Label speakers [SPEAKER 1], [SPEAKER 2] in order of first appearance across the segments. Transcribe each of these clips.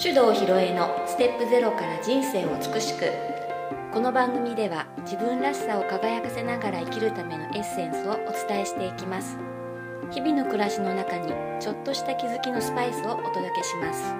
[SPEAKER 1] 手動ひろえのステップゼロから人生を美しくこの番組では自分らしさを輝かせながら生きるためのエッセンスをお伝えしていきます日々の暮らしの中にちょっとした気づきのスパイスをお届けします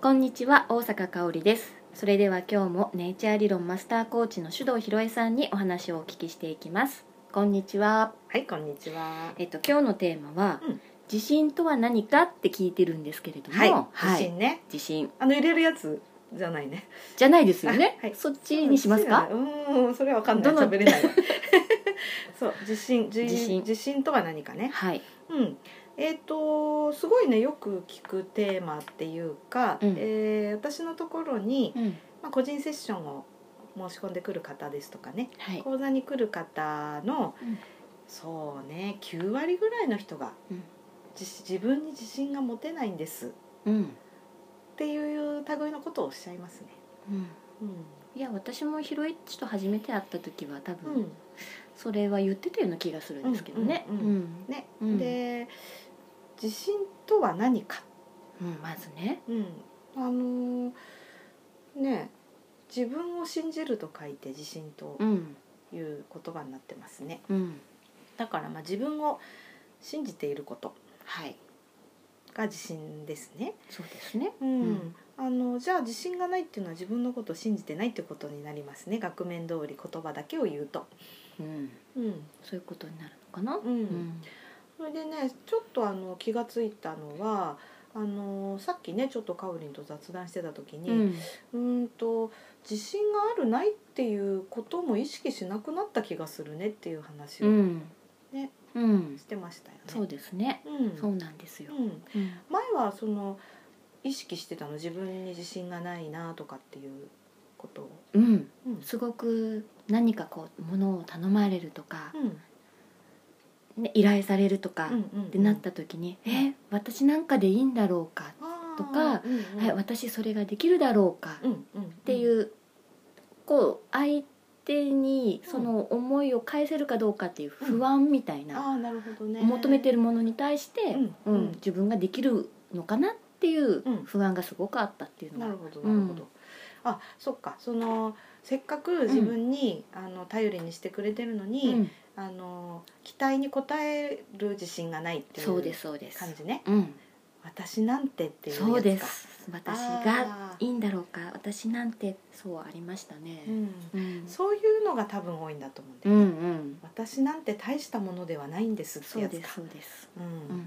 [SPEAKER 1] こんにちは大阪香織ですそれでは今日もネイチャー理論マスターコーチの手動ひろえさんにお話をお聞きしていきますこんにちは
[SPEAKER 2] はい、こんにちは。
[SPEAKER 1] えっと今日のテーマは、
[SPEAKER 2] うん
[SPEAKER 1] 自信とは何かって聞いてるんですけれども、
[SPEAKER 2] はい、
[SPEAKER 1] は
[SPEAKER 2] 自
[SPEAKER 1] い
[SPEAKER 2] 信ね。
[SPEAKER 1] 自信
[SPEAKER 2] あの入れるやつじゃないね。
[SPEAKER 1] じゃないですよね、
[SPEAKER 2] あはい
[SPEAKER 1] そっちにしますか
[SPEAKER 2] うーん、それはわかんない。
[SPEAKER 1] どの
[SPEAKER 2] 喋れ ないわ。そう、自信、自
[SPEAKER 1] 自信
[SPEAKER 2] 信、自信とは何かね。
[SPEAKER 1] はい
[SPEAKER 2] うん。えっ、とすごいねよく聞くテーマっていうか、
[SPEAKER 1] うん
[SPEAKER 2] えー私のところに、
[SPEAKER 1] うん
[SPEAKER 2] まあ、個人セッションを申し込んでくる方ですとかね、
[SPEAKER 1] はい
[SPEAKER 2] 講座に来る方の、
[SPEAKER 1] うん
[SPEAKER 2] そうね9割ぐらいの人が、
[SPEAKER 1] うん
[SPEAKER 2] 自自分に自信が持てないんです
[SPEAKER 1] うん、
[SPEAKER 2] っていう類のことをおっしゃいますね。
[SPEAKER 1] うん、
[SPEAKER 2] うん
[SPEAKER 1] いや私もひろいっちと初めて会った時は多分、
[SPEAKER 2] うん
[SPEAKER 1] それは言ってたような気がするんですけどね
[SPEAKER 2] うんうん
[SPEAKER 1] うん
[SPEAKER 2] ね
[SPEAKER 1] うん
[SPEAKER 2] で自信とは何か、
[SPEAKER 1] うんまずね
[SPEAKER 2] うん、あのーね自分を信じると書いて自信と
[SPEAKER 1] うん
[SPEAKER 2] いう言葉になってますね
[SPEAKER 1] うん
[SPEAKER 2] だからまあ自分を信じていること
[SPEAKER 1] はい
[SPEAKER 2] が自信ですね、
[SPEAKER 1] そうですね
[SPEAKER 2] うん
[SPEAKER 1] うん
[SPEAKER 2] あのじゃあ自信がないっていうのは自分のことを信じてないっていうことになりますね額面通り言葉だけを言うと、
[SPEAKER 1] うん
[SPEAKER 2] うん
[SPEAKER 1] そういうことになるのかな
[SPEAKER 2] う、
[SPEAKER 1] うんん
[SPEAKER 2] それでねちょっとあの気がついたのはあのさっきねちょっとかおりんと雑談してた時
[SPEAKER 1] う
[SPEAKER 2] に
[SPEAKER 1] ん
[SPEAKER 2] うーんと自信があるないっていうことも意識しなくなった気がするねっていう話
[SPEAKER 1] う
[SPEAKER 2] を
[SPEAKER 1] ん
[SPEAKER 2] ね
[SPEAKER 1] うん
[SPEAKER 2] してましたよね。
[SPEAKER 1] そうですね
[SPEAKER 2] うん
[SPEAKER 1] そうなんですよ
[SPEAKER 2] うん
[SPEAKER 1] うん
[SPEAKER 2] 前はその意識してたの自分に自信がないなとかっていうことを。
[SPEAKER 1] うん
[SPEAKER 2] うん
[SPEAKER 1] すごく何かこうものを頼まれるとか
[SPEAKER 2] う、ん
[SPEAKER 1] ね、依頼されるとか
[SPEAKER 2] うんうんうん
[SPEAKER 1] ってなった時に「
[SPEAKER 2] うん
[SPEAKER 1] え私なんかでいいんだろうか」
[SPEAKER 2] あー
[SPEAKER 1] とか
[SPEAKER 2] うんうん
[SPEAKER 1] はい、私それができるだろうか」
[SPEAKER 2] う
[SPEAKER 1] っ
[SPEAKER 2] んうん
[SPEAKER 1] ていううこう相手に
[SPEAKER 2] うん
[SPEAKER 1] その思いを返せるかどうかっていう不安みたい
[SPEAKER 2] ん
[SPEAKER 1] な
[SPEAKER 2] あーなるほどね
[SPEAKER 1] 求めて
[SPEAKER 2] る
[SPEAKER 1] るものに対して、
[SPEAKER 2] う
[SPEAKER 1] うんん
[SPEAKER 2] うん
[SPEAKER 1] 自分ができるのかなっていう
[SPEAKER 2] うん
[SPEAKER 1] 不安がすごくあったっていうの
[SPEAKER 2] な
[SPEAKER 1] は
[SPEAKER 2] るほど
[SPEAKER 1] う
[SPEAKER 2] なんるほど、あそっかそのせっかく自分に、あの頼りにしてくれてるのに、
[SPEAKER 1] うん
[SPEAKER 2] あの期待に応える自信がないってい
[SPEAKER 1] そうで
[SPEAKER 2] う
[SPEAKER 1] すそうです。
[SPEAKER 2] 感じね
[SPEAKER 1] うん
[SPEAKER 2] 私なんてっていうやつか
[SPEAKER 1] そうです私が
[SPEAKER 2] あ
[SPEAKER 1] いいんだろうか私なんてそうありましたね
[SPEAKER 2] ー、うん、
[SPEAKER 1] うん
[SPEAKER 2] そういうのが多分多いんだと思うんだ
[SPEAKER 1] う
[SPEAKER 2] よ
[SPEAKER 1] ん
[SPEAKER 2] ね、
[SPEAKER 1] うん
[SPEAKER 2] 私なんて大したものではないんですって
[SPEAKER 1] そう
[SPEAKER 2] やつ
[SPEAKER 1] です
[SPEAKER 2] か
[SPEAKER 1] そうです、
[SPEAKER 2] う、、
[SPEAKER 1] うんん、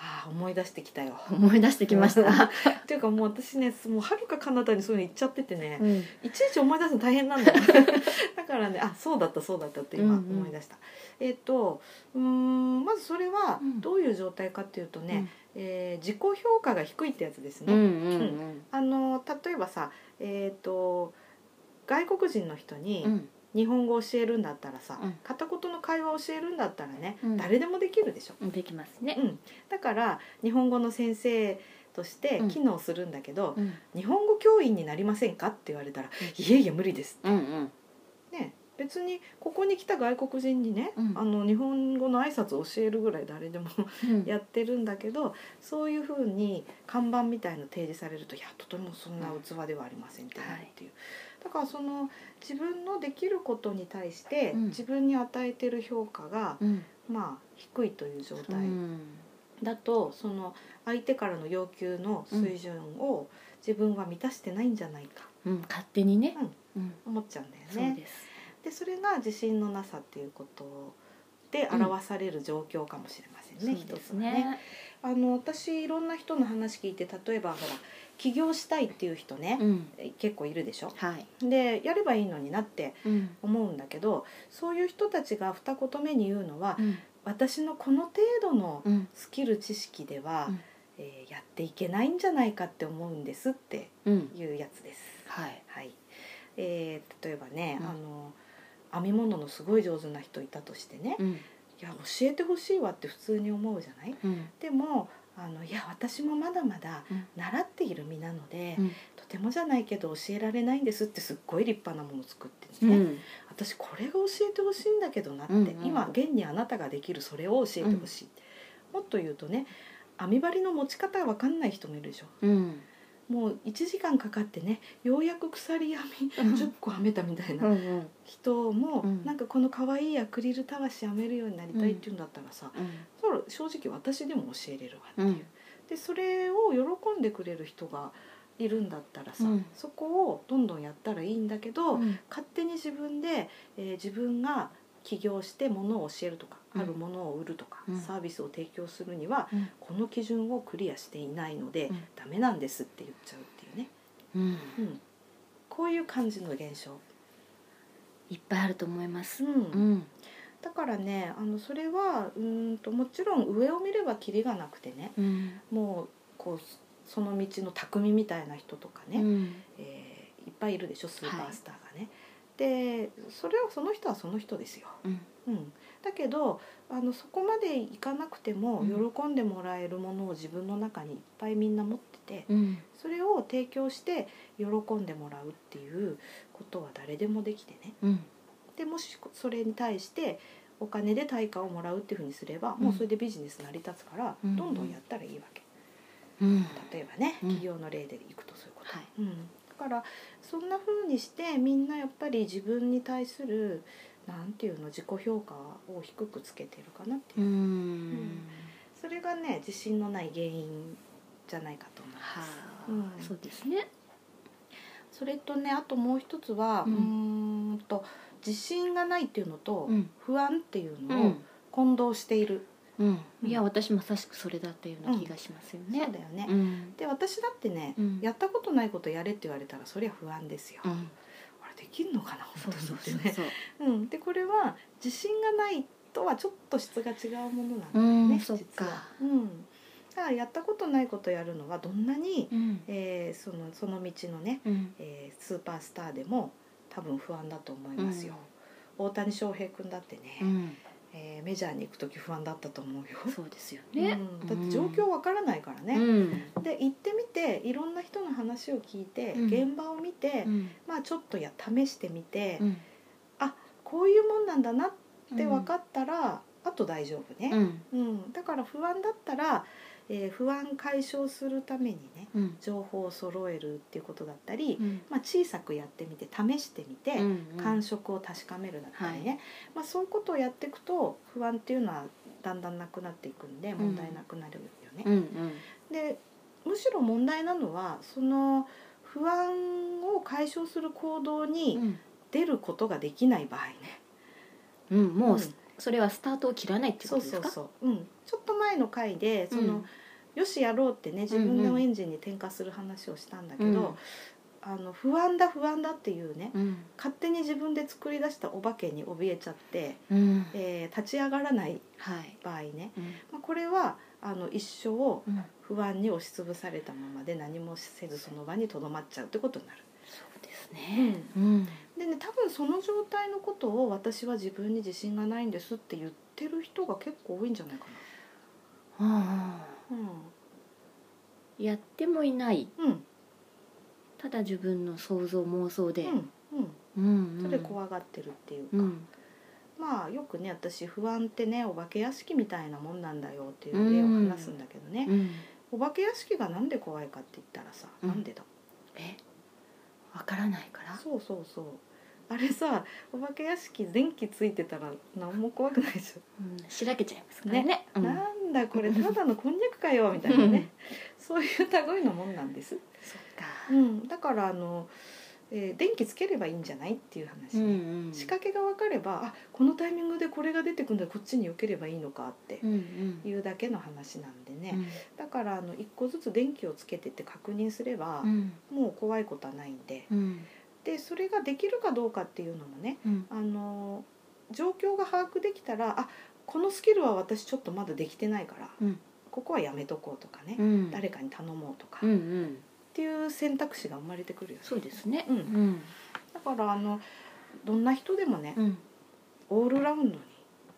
[SPEAKER 2] あー思い出してきたよ
[SPEAKER 1] 思い出してきました
[SPEAKER 2] っていうかもう私ねもうはるか彼方にそういうの言っちゃっててね、
[SPEAKER 1] うん
[SPEAKER 2] いちいち思い出すの大変なん だよだからねあそうだったそうだったって今
[SPEAKER 1] うんうん
[SPEAKER 2] 思い出した、えっ、とうーんまずそれは
[SPEAKER 1] うん
[SPEAKER 2] どういう状態かっていうとね、えー自己評価が低いってやつです
[SPEAKER 1] う
[SPEAKER 2] ね、
[SPEAKER 1] んうん
[SPEAKER 2] あの例えばさえっ、と外国人の人
[SPEAKER 1] うん
[SPEAKER 2] に
[SPEAKER 1] うん
[SPEAKER 2] 日本語を教えるんだったらさ、
[SPEAKER 1] うん
[SPEAKER 2] 片言の会話を教えるんだったらね、
[SPEAKER 1] うん
[SPEAKER 2] 誰でもできるでしょ、
[SPEAKER 1] うんできますね
[SPEAKER 2] うん、だから日本語の先生として機能するんだけど、
[SPEAKER 1] うん
[SPEAKER 2] 日本語教員になりませんかって言われたら「いえいえ無理です」
[SPEAKER 1] うんうん
[SPEAKER 2] ね別にここに来た外国人にね、
[SPEAKER 1] うん
[SPEAKER 2] あの日本語の挨拶を教えるぐらい誰でも
[SPEAKER 1] うん
[SPEAKER 2] やってるんだけどそういうふうに看板みたいの提示されると「いやとてもそんな器ではありません」ってなるっていう、だからその自分のできることに対して、
[SPEAKER 1] うん
[SPEAKER 2] 自分に与えてる評価が、
[SPEAKER 1] うん
[SPEAKER 2] まあ低いという状
[SPEAKER 1] う
[SPEAKER 2] 態
[SPEAKER 1] ん
[SPEAKER 2] だと、その相手からの要求の水準を自分は満たしてないんじゃないか
[SPEAKER 1] うん勝手にねうん
[SPEAKER 2] 思っちゃうんだよね。
[SPEAKER 1] そうです
[SPEAKER 2] でそれが自信のなさっていうことで
[SPEAKER 1] うん
[SPEAKER 2] 表される状況かもしれません
[SPEAKER 1] そ
[SPEAKER 2] ね、
[SPEAKER 1] う
[SPEAKER 2] 一
[SPEAKER 1] で
[SPEAKER 2] つ
[SPEAKER 1] す
[SPEAKER 2] はね。
[SPEAKER 1] ね
[SPEAKER 2] あの私いろんな人の話聞いて例えばほら起業したいっていう人ね、
[SPEAKER 1] うん
[SPEAKER 2] 結構いるでしょ。
[SPEAKER 1] はい
[SPEAKER 2] でやればいいのになって
[SPEAKER 1] うん
[SPEAKER 2] 思うんだけどそういう人たちが二言目に言うのは、
[SPEAKER 1] うん
[SPEAKER 2] 私のこの程度の
[SPEAKER 1] うん
[SPEAKER 2] スキル知識では、
[SPEAKER 1] うん
[SPEAKER 2] えーやっていけないんじゃないかって思うんですって
[SPEAKER 1] うん
[SPEAKER 2] いうやつです。
[SPEAKER 1] はい
[SPEAKER 2] はいえー例えばね、
[SPEAKER 1] うん
[SPEAKER 2] あの編み物のすごい上手な人いたとしてね、
[SPEAKER 1] うん
[SPEAKER 2] いや教えてほしいわって普通に思うじゃない
[SPEAKER 1] うん
[SPEAKER 2] でもあのいや私もまだまだ
[SPEAKER 1] うん
[SPEAKER 2] 習っている身なので、
[SPEAKER 1] うん
[SPEAKER 2] とてもじゃないけど教えられないんですってすっごい立派なもの作って
[SPEAKER 1] う
[SPEAKER 2] るね、
[SPEAKER 1] ん
[SPEAKER 2] 私これが教えてほしいんだけどなって、
[SPEAKER 1] うんうん
[SPEAKER 2] 今現にあなたができるそれを教えてほしい、もっと言うとね編み針の持ち方わかんない人もいるでしょ
[SPEAKER 1] うん
[SPEAKER 2] もう1時間かかってねようやく鎖編み10個編めたみたいな
[SPEAKER 1] うんうん
[SPEAKER 2] 人も、
[SPEAKER 1] うん
[SPEAKER 2] なんかこの可愛いアクリルたわし編めるようになりたいっていうんだったらさ、それ正直私でも教えれるわっていう、
[SPEAKER 1] うん
[SPEAKER 2] でそれを喜んでくれる人がいるんだったらさ、
[SPEAKER 1] うん
[SPEAKER 2] そこをどんどんやったらいいんだけど、
[SPEAKER 1] うん
[SPEAKER 2] 勝手に自分で、えー自分が起業して物を教えるとか、
[SPEAKER 1] うん
[SPEAKER 2] あるものを売るとか、
[SPEAKER 1] うん
[SPEAKER 2] サービスを提供するには
[SPEAKER 1] うん
[SPEAKER 2] この基準をクリアしていないので、
[SPEAKER 1] うん
[SPEAKER 2] ダメなんですって言っちゃうっていうね、
[SPEAKER 1] うん
[SPEAKER 2] うん、こういう感じの現象。
[SPEAKER 1] いっぱいあると思います。
[SPEAKER 2] うん
[SPEAKER 1] うん
[SPEAKER 2] だからねあのそれはうーんともちろん上を見ればキリがなくてね
[SPEAKER 1] うん
[SPEAKER 2] もうこうその道の匠みたいな人とかね、
[SPEAKER 1] うん
[SPEAKER 2] えーいっぱいいるでしょスーパースターがね。でそれはその人はその人ですよ。
[SPEAKER 1] うん
[SPEAKER 2] うん、だけどあのそこまでいかなくても
[SPEAKER 1] うん
[SPEAKER 2] 喜んでもらえるものを自分の中にいっぱいみんな持ってて
[SPEAKER 1] うん
[SPEAKER 2] それを提供して喜んでもらうっていうことは誰でもできてね。
[SPEAKER 1] うん
[SPEAKER 2] でもしそれに対してお金で対価をもらうっていうふうにすれば、
[SPEAKER 1] うん
[SPEAKER 2] もうそれでビジネス成り立つから、
[SPEAKER 1] うん
[SPEAKER 2] どんどんやったらいいわけ
[SPEAKER 1] うん
[SPEAKER 2] 例えばね、
[SPEAKER 1] うん
[SPEAKER 2] 企業の例でいくとそういうこと、
[SPEAKER 1] はい
[SPEAKER 2] うん、だからそんな風にしてみんなやっぱり自分に対するなんていうの自己評価を低くつけてるかなっていうう、
[SPEAKER 1] ん
[SPEAKER 2] それがね自信のない原因じゃないかと思い
[SPEAKER 1] は
[SPEAKER 2] ます。
[SPEAKER 1] あ
[SPEAKER 2] うん
[SPEAKER 1] そうですね。
[SPEAKER 2] それとねあともう一つは、
[SPEAKER 1] う
[SPEAKER 2] うんーんと自信がないっていうのと、
[SPEAKER 1] うん
[SPEAKER 2] 不安っていう
[SPEAKER 1] う
[SPEAKER 2] のを
[SPEAKER 1] ん
[SPEAKER 2] 混同している。
[SPEAKER 1] うん
[SPEAKER 2] うん
[SPEAKER 1] いや私まさしくそれだったような気がしますよ
[SPEAKER 2] そ
[SPEAKER 1] ね
[SPEAKER 2] う。だよね、
[SPEAKER 1] うん
[SPEAKER 2] で私だってね、
[SPEAKER 1] うん
[SPEAKER 2] やったことないことやれって言われたらそりゃ不安ですよ、
[SPEAKER 1] う
[SPEAKER 2] あ
[SPEAKER 1] ん
[SPEAKER 2] れできるのかな
[SPEAKER 1] そ
[SPEAKER 2] 本
[SPEAKER 1] う
[SPEAKER 2] 当
[SPEAKER 1] そ
[SPEAKER 2] に
[SPEAKER 1] う
[SPEAKER 2] って
[SPEAKER 1] そう
[SPEAKER 2] ね
[SPEAKER 1] そう。
[SPEAKER 2] うん、でこれは自信がないとはちょっと質が違うものなんだ
[SPEAKER 1] う
[SPEAKER 2] よ
[SPEAKER 1] ん
[SPEAKER 2] ね、実
[SPEAKER 1] そ
[SPEAKER 2] は
[SPEAKER 1] っか。
[SPEAKER 2] うん、だからやったことないことやるのはどんなに、
[SPEAKER 1] うん
[SPEAKER 2] えーそのその道のね、
[SPEAKER 1] うん
[SPEAKER 2] えースーパースターでも多分不安だと思いますよ、大谷翔平君だってね、
[SPEAKER 1] うん
[SPEAKER 2] えーメジャーに行く時不安だったと思うよ、
[SPEAKER 1] そうですよね。
[SPEAKER 2] うん、だって状況わからないからね、
[SPEAKER 1] うん
[SPEAKER 2] で行ってみていろんな人の話を聞いて、
[SPEAKER 1] うん
[SPEAKER 2] 現場を見て、
[SPEAKER 1] うん
[SPEAKER 2] まあちょっとや試してみて、
[SPEAKER 1] うん
[SPEAKER 2] こういうもんなんだなって
[SPEAKER 1] うん
[SPEAKER 2] 分かったら、あと大丈夫
[SPEAKER 1] う
[SPEAKER 2] ね、
[SPEAKER 1] ん
[SPEAKER 2] うんだから不安だったら、えー不安解消するためにね
[SPEAKER 1] うん
[SPEAKER 2] 情報を揃えるっていうことだったり、
[SPEAKER 1] うん
[SPEAKER 2] まあ、小さくやってみて試してみて、
[SPEAKER 1] うん
[SPEAKER 2] 感触を確かめるだったりね、
[SPEAKER 1] は
[SPEAKER 2] まあ、そういうことをやっていくと不安っていうのはだんだんなくなっていくんで問題なくなるよね。
[SPEAKER 1] うんうん
[SPEAKER 2] でむしろ問題なのはその不安を解消する行動
[SPEAKER 1] う
[SPEAKER 2] に
[SPEAKER 1] ん
[SPEAKER 2] 出ることができない場合ね、
[SPEAKER 1] うんもう
[SPEAKER 2] うん
[SPEAKER 1] すそれはスタートを切らないっていう
[SPEAKER 2] そ
[SPEAKER 1] こ
[SPEAKER 2] う
[SPEAKER 1] とです
[SPEAKER 2] そう
[SPEAKER 1] か。
[SPEAKER 2] そう、うん、ちょっと前の回でその、
[SPEAKER 1] うん
[SPEAKER 2] よしやろうってね自
[SPEAKER 1] う
[SPEAKER 2] 分
[SPEAKER 1] んう
[SPEAKER 2] の
[SPEAKER 1] ん
[SPEAKER 2] エンジンに転化する話をしたんだけ
[SPEAKER 1] うん
[SPEAKER 2] ど、あの不安だ不安だっていうね
[SPEAKER 1] うん
[SPEAKER 2] 勝手に自分で作り出したお化けに怯えちゃって、
[SPEAKER 1] うん
[SPEAKER 2] えー立ち上がらない
[SPEAKER 1] はい。
[SPEAKER 2] 場合ね、
[SPEAKER 1] うん
[SPEAKER 2] まあ、これはあの一生
[SPEAKER 1] うん
[SPEAKER 2] 不安に押しつぶされたままで何もせずその場にとどまっちゃうってことになる。
[SPEAKER 1] そうですね。うん
[SPEAKER 2] でね多分その状態のことを私は自分に自信がないんですって言ってる人が結構多いんじゃないか
[SPEAKER 1] あ
[SPEAKER 2] な。
[SPEAKER 1] あやってもいない
[SPEAKER 2] うん、うん、
[SPEAKER 1] ただ自分の想像妄想で、
[SPEAKER 2] うん、
[SPEAKER 1] うん
[SPEAKER 2] うん、それ怖がってるっていうか、
[SPEAKER 1] うん
[SPEAKER 2] まあよくね私不安ってねお化け屋敷みたいなもんなんだよっていう例を話すんだけどね、
[SPEAKER 1] うん、
[SPEAKER 2] お化け屋敷がなんで怖いかって言ったらさ、
[SPEAKER 1] うん
[SPEAKER 2] なんでだ。
[SPEAKER 1] えわからないから
[SPEAKER 2] そうそうそう。あれさお化け屋敷電気ついてたら何も怖くないでしょ。
[SPEAKER 1] うん、しらけちゃいますからね
[SPEAKER 2] ね
[SPEAKER 1] うん、
[SPEAKER 2] なんだこれただのこんにゃくかよみたいなねそういう類のもんなんです、
[SPEAKER 1] そっか、
[SPEAKER 2] うん、だからあの、えー電気つければいいんじゃないっていう話、
[SPEAKER 1] んうん
[SPEAKER 2] 仕掛けが分かればあこのタイミングでこれが出てくるんだこっちに避ければいいのかって
[SPEAKER 1] うんうん
[SPEAKER 2] いうだけの話なんで
[SPEAKER 1] う
[SPEAKER 2] ね、
[SPEAKER 1] ん
[SPEAKER 2] だからあの一個ずつ電気をつけてって確認すれば、
[SPEAKER 1] うん
[SPEAKER 2] もう怖いことはないんで
[SPEAKER 1] うん
[SPEAKER 2] でそれができるかどうかっていうのもね
[SPEAKER 1] うん
[SPEAKER 2] あの状況が把握できたらあこのスキルは私ちょっとまだできてないから、
[SPEAKER 1] うん
[SPEAKER 2] ここはやめとこうとかね、
[SPEAKER 1] うん
[SPEAKER 2] 誰かに頼もうとか、
[SPEAKER 1] うんう
[SPEAKER 2] っ
[SPEAKER 1] ん
[SPEAKER 2] ていう選択肢が生まれてくるよね
[SPEAKER 1] そうですね
[SPEAKER 2] うん
[SPEAKER 1] ん
[SPEAKER 2] だからあのどんな人でもね、
[SPEAKER 1] うん
[SPEAKER 2] オールラウンドに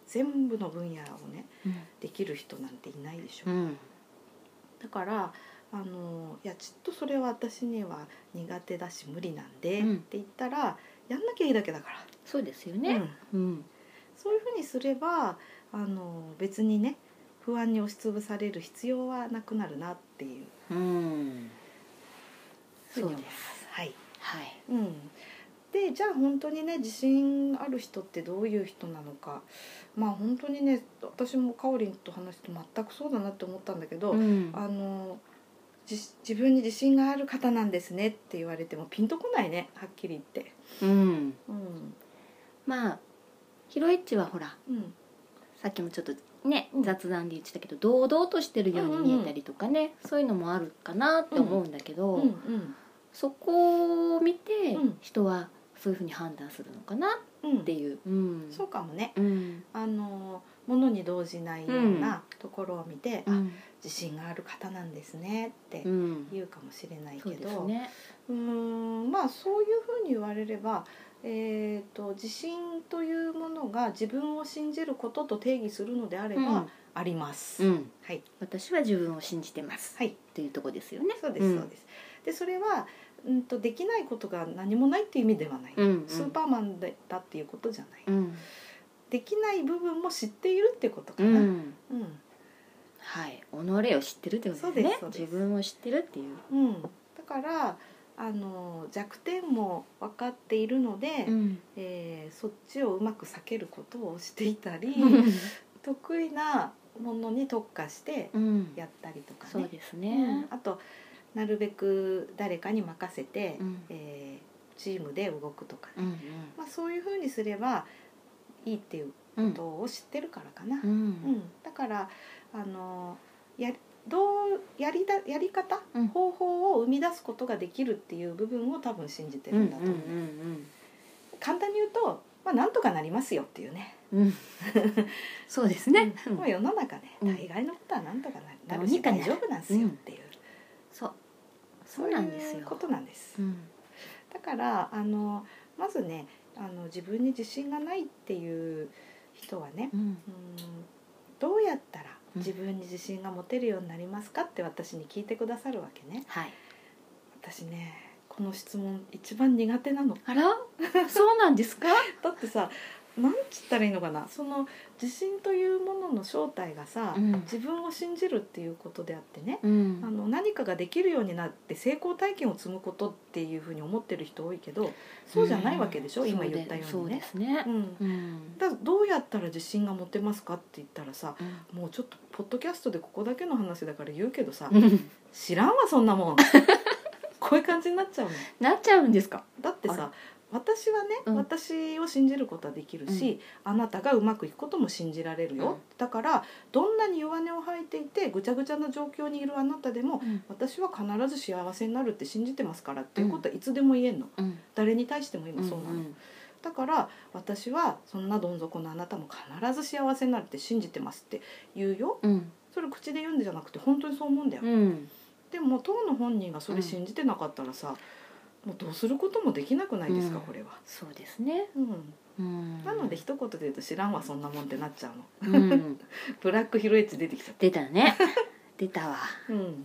[SPEAKER 2] 全部の分野をね
[SPEAKER 1] うん
[SPEAKER 2] できる人なんていないでし
[SPEAKER 1] う
[SPEAKER 2] ょ、
[SPEAKER 1] ん
[SPEAKER 2] だからあのいやちょっとそれは私には苦手だし無理なんで、
[SPEAKER 1] うん
[SPEAKER 2] って言ったらやんなきゃいいだけだから、
[SPEAKER 1] そうですよ
[SPEAKER 2] う
[SPEAKER 1] ね
[SPEAKER 2] ん
[SPEAKER 1] うん
[SPEAKER 2] そういうふうにすればあの別にね不安に押しつぶされる必要はなくなるなってい
[SPEAKER 1] う
[SPEAKER 2] う
[SPEAKER 1] ん
[SPEAKER 2] ふうに思い
[SPEAKER 1] そう
[SPEAKER 2] ま。
[SPEAKER 1] です
[SPEAKER 2] はい
[SPEAKER 1] はい
[SPEAKER 2] うん、でじゃあ本当にね自信ある人ってどういう人なのかまあ本当にね私もかおりんと話して全くそうだなって思ったんだけど、
[SPEAKER 1] うん
[SPEAKER 2] あの自自分に自信がある方なんですねって言われてもピンとこないねはっきり言って。
[SPEAKER 1] うん
[SPEAKER 2] うん
[SPEAKER 1] まあヒロエッチはほら
[SPEAKER 2] うん
[SPEAKER 1] さっきもちょっとね
[SPEAKER 2] うん
[SPEAKER 1] 雑談で言ってたけど堂々としてるように見えたりとかねそういうのもあるかなって思うんだけ
[SPEAKER 2] う
[SPEAKER 1] ど、
[SPEAKER 2] んうん
[SPEAKER 1] そこを見て
[SPEAKER 2] うん
[SPEAKER 1] 人はそういうふうに判断するのかな
[SPEAKER 2] うん
[SPEAKER 1] っていう、うん
[SPEAKER 2] そうかもね
[SPEAKER 1] うん
[SPEAKER 2] あのものに動じないようなところを見て、
[SPEAKER 1] う
[SPEAKER 2] あ
[SPEAKER 1] ん
[SPEAKER 2] 自信がある方なんですねって
[SPEAKER 1] うん
[SPEAKER 2] 言うかもしれない
[SPEAKER 1] そ
[SPEAKER 2] け
[SPEAKER 1] うで
[SPEAKER 2] ど、
[SPEAKER 1] すね
[SPEAKER 2] うーんまあそういうふうに言われれば、えー、と自信というものが自分を信じることと定義するのであれば、あります、
[SPEAKER 1] うんうん
[SPEAKER 2] はい
[SPEAKER 1] 私は自分を信じてます
[SPEAKER 2] はい
[SPEAKER 1] っていうとこですよね
[SPEAKER 2] そうです、
[SPEAKER 1] うん
[SPEAKER 2] そうですでそれは、うん、とできないことが何もないっていう意味ではない、
[SPEAKER 1] うんうん
[SPEAKER 2] スーパーマンだったっていうことじゃない、
[SPEAKER 1] うん
[SPEAKER 2] できない部分も知っているってことか
[SPEAKER 1] う
[SPEAKER 2] な、うん
[SPEAKER 1] んはい己を知ってるってことですね
[SPEAKER 2] そうですそうです
[SPEAKER 1] 自分を知ってるっていう
[SPEAKER 2] うんだからあの弱点も分かっているので、
[SPEAKER 1] うん
[SPEAKER 2] えーそっちをうまく避けることをしていたり、
[SPEAKER 1] う
[SPEAKER 2] 得意なものに特化して
[SPEAKER 1] ん
[SPEAKER 2] やったりとか
[SPEAKER 1] そう
[SPEAKER 2] ね、
[SPEAKER 1] です
[SPEAKER 2] うん
[SPEAKER 1] ね
[SPEAKER 2] あとなるべく誰かに任せて、
[SPEAKER 1] うん
[SPEAKER 2] えーチームで動くとか、
[SPEAKER 1] うん
[SPEAKER 2] まあ、そういうふうにすればいいっていう
[SPEAKER 1] うんうん
[SPEAKER 2] ことを知ってるからかな、
[SPEAKER 1] う
[SPEAKER 2] うんんだからあのやどうやりだやり方、
[SPEAKER 1] うん
[SPEAKER 2] 方法を生み出すことができるっていう部分を多分信じて
[SPEAKER 1] う
[SPEAKER 2] る
[SPEAKER 1] んうん
[SPEAKER 2] んだと思う、簡単に言うと、まあ、なんとかなりますよっていうね
[SPEAKER 1] うんうんそうですね
[SPEAKER 2] うんもう世の中ね、
[SPEAKER 1] うん
[SPEAKER 2] 大概のことはなんとかなるな
[SPEAKER 1] どう
[SPEAKER 2] るし
[SPEAKER 1] にかな
[SPEAKER 2] 大
[SPEAKER 1] る
[SPEAKER 2] 丈夫なんですよっていう、
[SPEAKER 1] そうそ
[SPEAKER 2] そううい
[SPEAKER 1] なんです
[SPEAKER 2] うこ
[SPEAKER 1] よ
[SPEAKER 2] となんです。
[SPEAKER 1] うん
[SPEAKER 2] だからあのまずねあの自分に自信がないっていう人はね、
[SPEAKER 1] うん
[SPEAKER 2] うん、どうやったら
[SPEAKER 1] うん
[SPEAKER 2] 自分に自信が持てるようになりますかって私に聞いてくださるわけね。
[SPEAKER 1] はい
[SPEAKER 2] 私ねこの質問一番苦手なの。
[SPEAKER 1] あらそうなんですか
[SPEAKER 2] だってさなんつったらいいのかなその自信というものの正体がさ、
[SPEAKER 1] うん
[SPEAKER 2] 自分を信じるっていうことであってね、
[SPEAKER 1] うん
[SPEAKER 2] あの何かができるようになって成功体験を積むことっていうふうに思ってる人多いけどそうじゃないわけでしょ、
[SPEAKER 1] うん
[SPEAKER 2] 今言ったよう
[SPEAKER 1] そう
[SPEAKER 2] に
[SPEAKER 1] で
[SPEAKER 2] ね。
[SPEAKER 1] すね
[SPEAKER 2] うん、
[SPEAKER 1] うん
[SPEAKER 2] だからどうやったら自信が持てますかって言ったらさ
[SPEAKER 1] うん
[SPEAKER 2] もうちょっとポッドキャストでここだけの話だから言うけどさ
[SPEAKER 1] うん
[SPEAKER 2] 知らんわそんな もんこういう感じになっちゃうの。
[SPEAKER 1] なっちゃうんですか
[SPEAKER 2] だって
[SPEAKER 1] あ
[SPEAKER 2] さ私はね、
[SPEAKER 1] うん
[SPEAKER 2] 私を信じることはできるし、あなたがうまくいくことも信じられるよ、だからどんなに弱音を吐いていてぐちゃぐちゃな状況にいるあなたでも
[SPEAKER 1] うん
[SPEAKER 2] 私は必ず幸せになるって信じてますからっていうことはいつでも言えんの、
[SPEAKER 1] うん
[SPEAKER 2] 誰に対しても今そうなの、
[SPEAKER 1] ん
[SPEAKER 2] だから私はそんなどん底のあなたも必ず幸せになるって信じてますって言うよ
[SPEAKER 1] うん
[SPEAKER 2] それ口で言うんじゃなくて本当にそう思うんだよ、
[SPEAKER 1] うん
[SPEAKER 2] でも当の本人がそれ信じてなかったらさ、もうどうすることもできなくないですか、
[SPEAKER 1] うん
[SPEAKER 2] これは、
[SPEAKER 1] そうですね
[SPEAKER 2] うん、
[SPEAKER 1] うん
[SPEAKER 2] なので一言で言うと知らんわそんなもんってなっちゃう
[SPEAKER 1] う
[SPEAKER 2] の
[SPEAKER 1] ん
[SPEAKER 2] ブラックヒロエッジ出てきちゃっ
[SPEAKER 1] 出た ね出たわ
[SPEAKER 2] たうん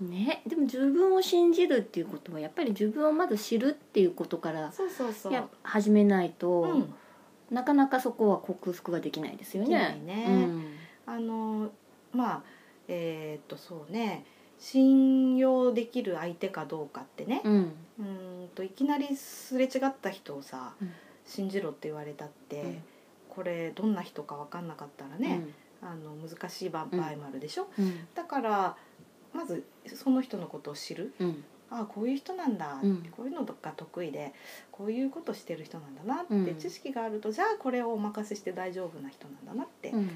[SPEAKER 1] ねでも自分を信じるっていうことはやっぱり自分をまず知るっていうことから
[SPEAKER 2] そうそうそう
[SPEAKER 1] や始めないと、
[SPEAKER 2] うん
[SPEAKER 1] なかなかそこは克服はできないですよね。
[SPEAKER 2] できないね
[SPEAKER 1] うん
[SPEAKER 2] あのまあえーっとそうね信用できる相手かどうかってね
[SPEAKER 1] うん
[SPEAKER 2] うーんといきなりすれ違った人をさ、
[SPEAKER 1] うん
[SPEAKER 2] 信じろって言われたって、
[SPEAKER 1] うん
[SPEAKER 2] これどんな人か分かんなかったらね、あの難しい場場合もあるでしょ、
[SPEAKER 1] うん
[SPEAKER 2] だからまずその人のことを知る
[SPEAKER 1] うん
[SPEAKER 2] ああこういう人なんだ、
[SPEAKER 1] うん
[SPEAKER 2] こういうのが得意でこういうことしてる人なんだなって、
[SPEAKER 1] うん
[SPEAKER 2] 知識があるとじゃあこれをお任せして大丈夫な人なんだなって
[SPEAKER 1] うん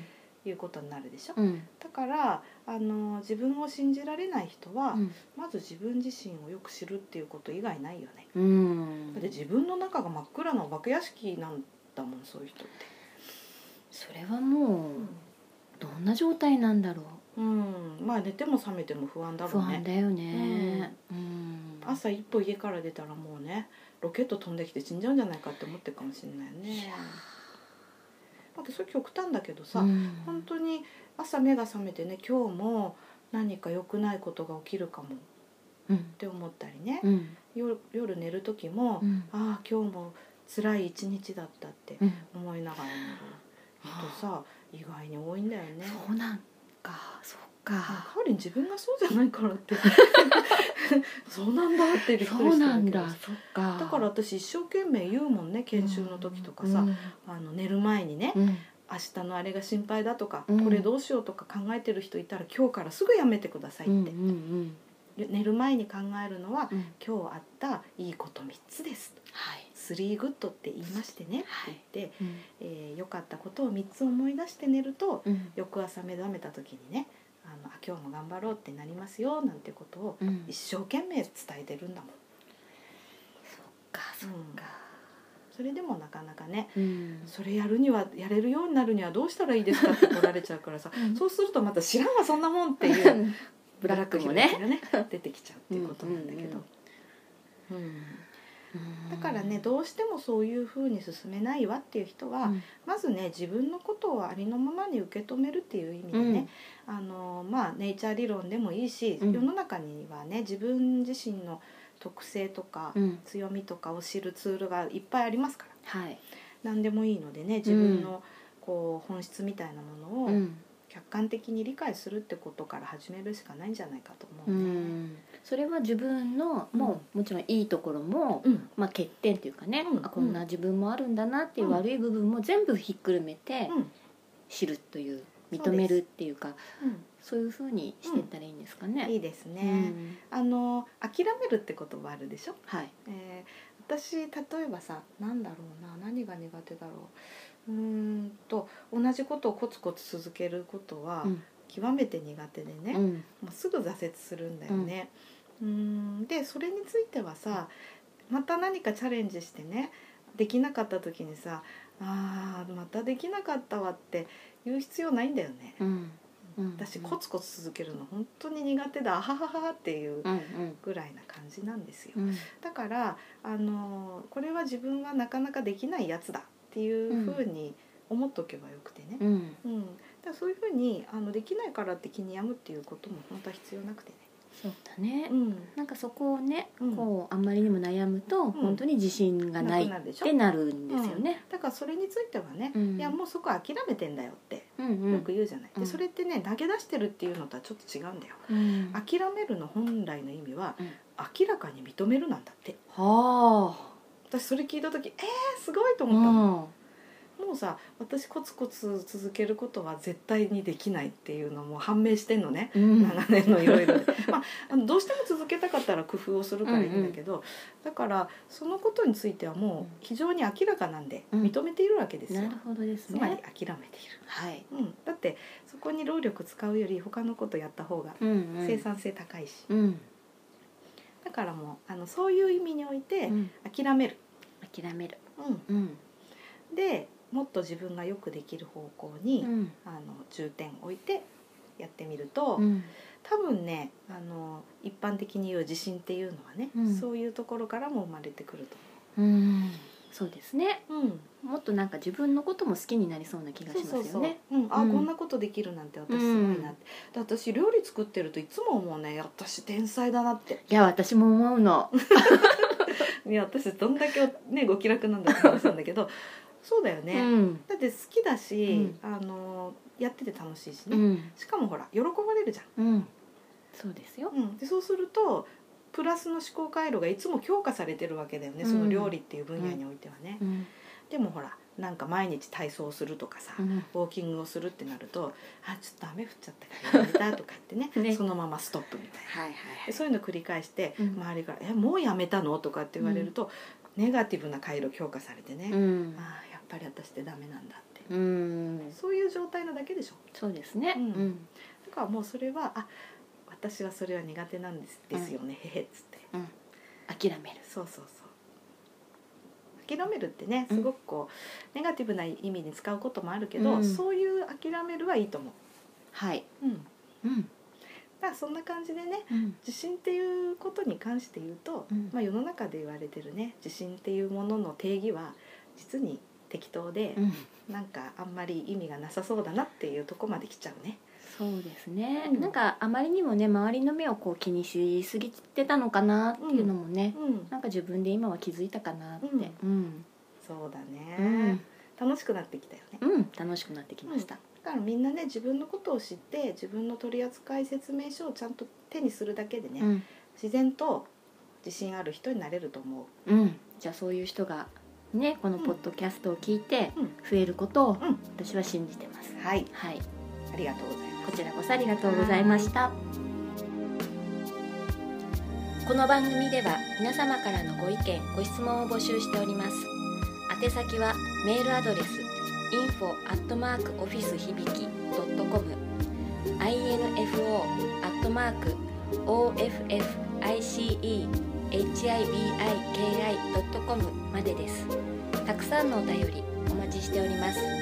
[SPEAKER 2] いうことになるでしょ、
[SPEAKER 1] うん
[SPEAKER 2] だからあの自分を信じられない人は、
[SPEAKER 1] うん
[SPEAKER 2] まず自分自身をよく知るっていうこと以外ないよね
[SPEAKER 1] うん
[SPEAKER 2] だって自分の中が真っ暗なお化け屋敷なんだもんそういう人って
[SPEAKER 1] それはもうどんな状態なんだろ
[SPEAKER 2] うん、まあ寝ても覚めても不安
[SPEAKER 1] う
[SPEAKER 2] だろ
[SPEAKER 1] 不
[SPEAKER 2] う
[SPEAKER 1] 安
[SPEAKER 2] ね
[SPEAKER 1] だよね。うん
[SPEAKER 2] 朝一歩家から出たらもうねロケット飛んできて死んじゃうんじゃないかって思ってるかもしれないよ
[SPEAKER 1] い
[SPEAKER 2] ね
[SPEAKER 1] や
[SPEAKER 2] だってそれ極端だけどさ、
[SPEAKER 1] うん
[SPEAKER 2] 本当に朝目が覚めてね今日も何か良くないことが起きるかもっ
[SPEAKER 1] うん
[SPEAKER 2] て思ったりね、
[SPEAKER 1] うん
[SPEAKER 2] 夜夜寝る時も、
[SPEAKER 1] うん
[SPEAKER 2] ああ今日も辛い一日だったって
[SPEAKER 1] うん
[SPEAKER 2] 思いながら寝る、とさ意外に多いんだよね。
[SPEAKER 1] そうなんかそっか
[SPEAKER 2] カオリン自分がそうじゃないからって そうなんだってびっく
[SPEAKER 1] そ
[SPEAKER 2] り
[SPEAKER 1] う
[SPEAKER 2] した
[SPEAKER 1] なんん
[SPEAKER 2] だ
[SPEAKER 1] だ
[SPEAKER 2] けど
[SPEAKER 1] そっか
[SPEAKER 2] だから私一生懸命言うもんね研修の時とかさ、あの寝る前にね、
[SPEAKER 1] うんうん
[SPEAKER 2] 明日のあれが心配だとか、
[SPEAKER 1] うん
[SPEAKER 2] これどうしようとか考えてる人いたら今日からすぐやめてくださいっ
[SPEAKER 1] う
[SPEAKER 2] て、
[SPEAKER 1] んうん
[SPEAKER 2] 寝る前に考えるのは
[SPEAKER 1] うん
[SPEAKER 2] 今日あったいいこと3つです
[SPEAKER 1] はい
[SPEAKER 2] 3グッドって言いましてね
[SPEAKER 1] はい
[SPEAKER 2] で、
[SPEAKER 1] うん
[SPEAKER 2] えー良かったことを3つ思い出して寝ると
[SPEAKER 1] うん
[SPEAKER 2] 翌朝目覚めた時にねあのあ今日も頑張ろうってなりますよなんてことを
[SPEAKER 1] うん
[SPEAKER 2] 一生懸命伝えてるんだもん
[SPEAKER 1] そっかそっか
[SPEAKER 2] それでもなかなかね
[SPEAKER 1] うん
[SPEAKER 2] それやるにはやれるようになるにはどうしたらいいですかって来られちゃうからさ
[SPEAKER 1] うん
[SPEAKER 2] そうするとまた知らんわそんなもんっていう
[SPEAKER 1] ブラックも
[SPEAKER 2] ブ
[SPEAKER 1] ね
[SPEAKER 2] ラック がね出てきちゃうっていうことなんだけど。うんだからねどうしてもそういうふうに進めないわっていう人は、
[SPEAKER 1] うん
[SPEAKER 2] まずね自分のことをありのままに受け止めるっていう意味でね、あのまあネイチャー理論でもいいし、
[SPEAKER 1] うん
[SPEAKER 2] 世の中にはね自分自身の特性とか、
[SPEAKER 1] うん
[SPEAKER 2] 強みとかを知るツールがいっぱいありますから
[SPEAKER 1] はい
[SPEAKER 2] 何でもいいのでね自分のこう本質みたいな
[SPEAKER 1] う
[SPEAKER 2] ものを
[SPEAKER 1] ん
[SPEAKER 2] 客観的に理解するってことから始めるしかないんじゃないかと
[SPEAKER 1] う
[SPEAKER 2] 思うね。
[SPEAKER 1] んそれは自分のもうもちろんいいところも
[SPEAKER 2] うん
[SPEAKER 1] まあ欠点っていうかね
[SPEAKER 2] うん
[SPEAKER 1] あこんな自分もあるんだなっていう悪い部分も全部ひっくるめて
[SPEAKER 2] うん
[SPEAKER 1] 知るという
[SPEAKER 2] そう
[SPEAKER 1] 認
[SPEAKER 2] です
[SPEAKER 1] めるっていうか
[SPEAKER 2] うん
[SPEAKER 1] そういうふうにしてったらいいんですかね。
[SPEAKER 2] いいですね、
[SPEAKER 1] うん
[SPEAKER 2] あの諦めるって言葉あるでしょ、
[SPEAKER 1] はい。
[SPEAKER 2] えー私例えばさ何だろうな何が苦手だろううーんと同じことをコツコツ続けることは
[SPEAKER 1] うん
[SPEAKER 2] 極めて苦手でね、
[SPEAKER 1] うん
[SPEAKER 2] もうすぐ挫折するんだよね。うーんでそれについてはさまた何かチャレンジしてねできなかった時にさ「あーまたできなかったわ」って言う必要ないんだよね。
[SPEAKER 1] うんうん
[SPEAKER 2] 私コツコツ続けるの本当に苦手だあははははっていう
[SPEAKER 1] うんうん
[SPEAKER 2] ぐらいな感じなんですよ
[SPEAKER 1] う。ん
[SPEAKER 2] だからあのこれは自分はなかなかできないやつだっていうふうに思っとけばよくてね。
[SPEAKER 1] うん
[SPEAKER 2] うん、だからそういうふうにあのできないからって気に病むっていうことも本当は必要なくてね。
[SPEAKER 1] そうだね
[SPEAKER 2] う。ん
[SPEAKER 1] なんかそこをね
[SPEAKER 2] うん
[SPEAKER 1] こうあんまりにも悩むと本当に自信がない
[SPEAKER 2] く
[SPEAKER 1] っ
[SPEAKER 2] るでしょ
[SPEAKER 1] てなるんですよね。
[SPEAKER 2] だからそれについてはね、
[SPEAKER 1] うん
[SPEAKER 2] いやもうそこ諦めてんだよって
[SPEAKER 1] うんう
[SPEAKER 2] よ
[SPEAKER 1] ん
[SPEAKER 2] く言うじゃない、
[SPEAKER 1] うん
[SPEAKER 2] でそれってね投げ出してるっていうのとはちょっと違うんだよ
[SPEAKER 1] うんは
[SPEAKER 2] 諦めるの本来の意味は、
[SPEAKER 1] うん
[SPEAKER 2] 明らかに認めるなんだって
[SPEAKER 1] あ。
[SPEAKER 2] 私それ聞いた時えー、すごいと
[SPEAKER 1] う
[SPEAKER 2] 思ったの、
[SPEAKER 1] ん
[SPEAKER 2] もうさ私コツコツ続けることは絶対にできないっていうのも判明してんのね
[SPEAKER 1] うん
[SPEAKER 2] 長年の いろいろでまああのどうしても続けたかったら工夫をするからいいんだけど、だからそのことについてはもう非常に明らかなんで
[SPEAKER 1] うん
[SPEAKER 2] 認めているわけですよ、
[SPEAKER 1] なるほどです
[SPEAKER 2] つまり
[SPEAKER 1] ね。
[SPEAKER 2] 諦めてい
[SPEAKER 1] はい。
[SPEAKER 2] る、うん、だってそこに労力使うより他のことやった方が
[SPEAKER 1] うんうん
[SPEAKER 2] 生産性高いし、
[SPEAKER 1] うん
[SPEAKER 2] だからもうあのそういう意味において
[SPEAKER 1] うん
[SPEAKER 2] 諦める、
[SPEAKER 1] 諦める。
[SPEAKER 2] う
[SPEAKER 1] うん
[SPEAKER 2] ん、でもっと自分がよくできる方向
[SPEAKER 1] う
[SPEAKER 2] に、
[SPEAKER 1] ん
[SPEAKER 2] あの重点を置いてやってみると、
[SPEAKER 1] うん
[SPEAKER 2] 多分ねあの一般的に言う自信っていうのはね、
[SPEAKER 1] うん
[SPEAKER 2] そういうところからも生まれてくると
[SPEAKER 1] うんそうですね。
[SPEAKER 2] 思う。うん
[SPEAKER 1] もっとなんか自分のことも好きになりそうな気がし
[SPEAKER 2] そう
[SPEAKER 1] ますよ
[SPEAKER 2] そうそう、
[SPEAKER 1] ね。
[SPEAKER 2] うん、あ、
[SPEAKER 1] うん
[SPEAKER 2] こんなことできるなんて私すごいなって、で私料理作ってるといつも思うね私天才だなって
[SPEAKER 1] いや私も思う の。
[SPEAKER 2] いや私どんだけねご気楽なんだって話なんだけ どそうだよね、
[SPEAKER 1] うん
[SPEAKER 2] だって好きだし、あのやってて楽しいし
[SPEAKER 1] う
[SPEAKER 2] ね、
[SPEAKER 1] ん
[SPEAKER 2] しかもほら喜ばれるじゃ
[SPEAKER 1] うんそうですよ
[SPEAKER 2] ん、。うん、でそうするとプラスの思考回路がいつも強化されてるわけだよね、
[SPEAKER 1] うん
[SPEAKER 2] その料理っていう分野においてはね、
[SPEAKER 1] うん
[SPEAKER 2] でもほらなんか毎日体操するとかさ、
[SPEAKER 1] うん
[SPEAKER 2] ウォーキングをするってなると「あちょっと雨降っちゃったからやめた」とか言ってね
[SPEAKER 1] ね
[SPEAKER 2] そのままストップみたいな
[SPEAKER 1] はいはい
[SPEAKER 2] でそういうの繰り返して
[SPEAKER 1] うん
[SPEAKER 2] 周りから「えもうやめたの?」とかって言われると、ネガティブな回路強化されてね「
[SPEAKER 1] うん
[SPEAKER 2] ああやっぱり私ってダメなんだ」って、
[SPEAKER 1] うん
[SPEAKER 2] そういう状態なだけでしょ
[SPEAKER 1] そうですね。
[SPEAKER 2] うん
[SPEAKER 1] うん
[SPEAKER 2] だからもうそれは「あ私はそれは苦手なんですですよね、へへ」っつって
[SPEAKER 1] 諦める。
[SPEAKER 2] そうそうそう諦めるってねすごくこう、ネガティブな意味に使うこともあるけど、
[SPEAKER 1] うん
[SPEAKER 2] そういう諦めるはいいと思
[SPEAKER 1] はい。
[SPEAKER 2] う、うん、
[SPEAKER 1] うん
[SPEAKER 2] だからそんな感じでね
[SPEAKER 1] うん
[SPEAKER 2] 自信っていうことに関して言うと、
[SPEAKER 1] うん
[SPEAKER 2] まあ、世の中で言われてるね自信っていうものの定義は実に適当で
[SPEAKER 1] う、ん
[SPEAKER 2] なんかあんまり意味がなさそうだなっていうとこまで来ちゃうね。
[SPEAKER 1] そうですね、
[SPEAKER 2] うん
[SPEAKER 1] なんかあまりにもね周りの目をこう気にしすぎてたのかなっていうのもね、
[SPEAKER 2] うん、
[SPEAKER 1] なんか自分で今は気づいたかなって、
[SPEAKER 2] うん
[SPEAKER 1] うん
[SPEAKER 2] そうだね、
[SPEAKER 1] うん
[SPEAKER 2] 楽しくなってきたよね。
[SPEAKER 1] うん楽しくなってきました、
[SPEAKER 2] だからみんなね自分のことを知って自分の取扱説明書をちゃんと手にするだけでね、
[SPEAKER 1] うん
[SPEAKER 2] 自然と自信ある人になれると思う。
[SPEAKER 1] うん、じゃあそういう人がねこのポッドキャストを聞いて
[SPEAKER 2] うん
[SPEAKER 1] 増えることを
[SPEAKER 2] ん
[SPEAKER 1] 私は信じてます、
[SPEAKER 2] はい、
[SPEAKER 1] はい
[SPEAKER 2] ありがとうございます。
[SPEAKER 1] こちらこそありがとうございましたこの番組では皆様からのご意見ご質問を募集しております宛先はメールアドレス info office 響き .com info officehibiki.com までですたくさんのお便りお待ちしております